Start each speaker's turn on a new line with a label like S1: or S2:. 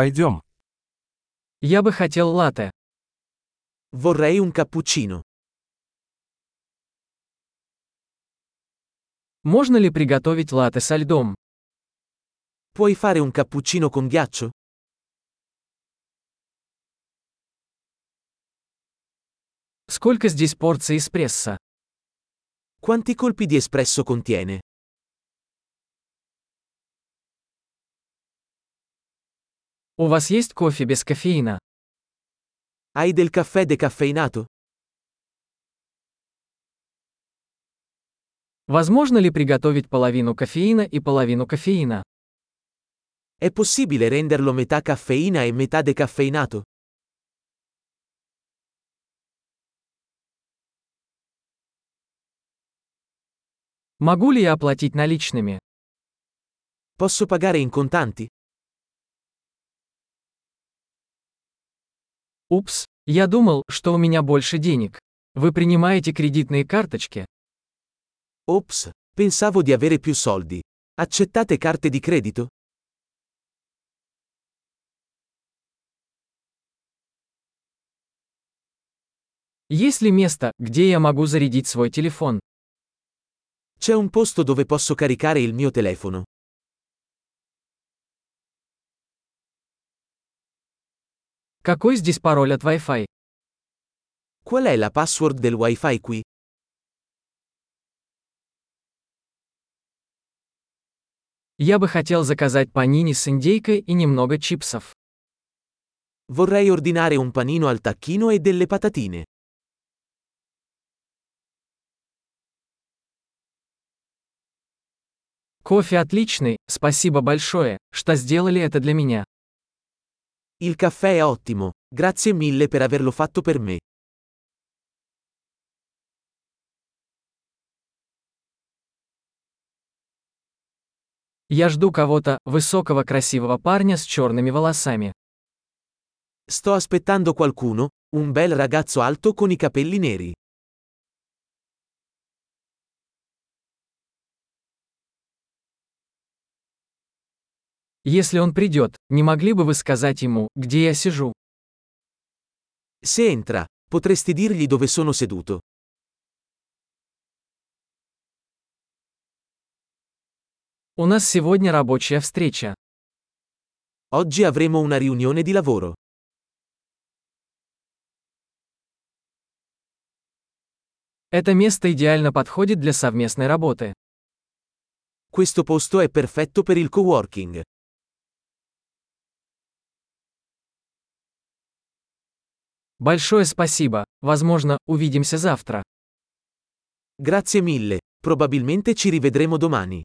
S1: Пойдем.
S2: Я бы хотел латте.
S3: Vorrei un cappuccino.
S2: Можно ли приготовить латте со льдом?
S3: Puoi fare un cappuccino con ghiaccio?
S2: Сколько здесь порций эспрессо?
S3: Quanti colpi di espresso contiene?
S2: У вас есть кофе без кофеина?
S3: Hai del caffè decaffeinato?
S2: Возможно ли приготовить половину кофеина и половину кофеина?
S3: È possibile renderlo metà caffeina e metà decaffeinato?
S2: Могу ли я оплатить наличными?
S3: Posso pagare in contanti?
S2: Упс, я думал, что у меня больше денег. Вы принимаете кредитные карточки?
S3: Ops, pensavo di avere più soldi. Accettate carte di credito?
S2: Есть ли место, где я могу зарядить свой телефон?
S3: C'è un posto dove posso caricare il mio telefono.
S2: Какой здесь пароль от Wi-Fi?
S3: Qual è la password del wifi qui?
S2: Я бы хотел заказать панини с индейкой и немного чипсов.
S3: Vorrei ordinare un panino al tacchino e delle patatine.
S2: Кофе отличный, спасибо большое, что сделали это для меня.
S3: Il caffè è ottimo, grazie mille per averlo fatto per me.
S2: Я жду кого-то, высокого красивого парня с черными волосами.
S3: Sto aspettando qualcuno, un bel ragazzo alto con i capelli neri.
S2: Если он придет, не могли бы вы сказать ему, где я сижу?
S3: Se entra, potresti dirgli dove sono seduto.
S2: У нас сегодня рабочая встреча.
S3: Oggi avremo una riunione di lavoro.
S2: Это место идеально подходит для совместной работы.
S3: Questo posto è perfetto per il coworking.
S2: Большое спасибо. Возможно, увидимся завтра.
S3: Grazie mille, probabilmente ci rivedremo domani.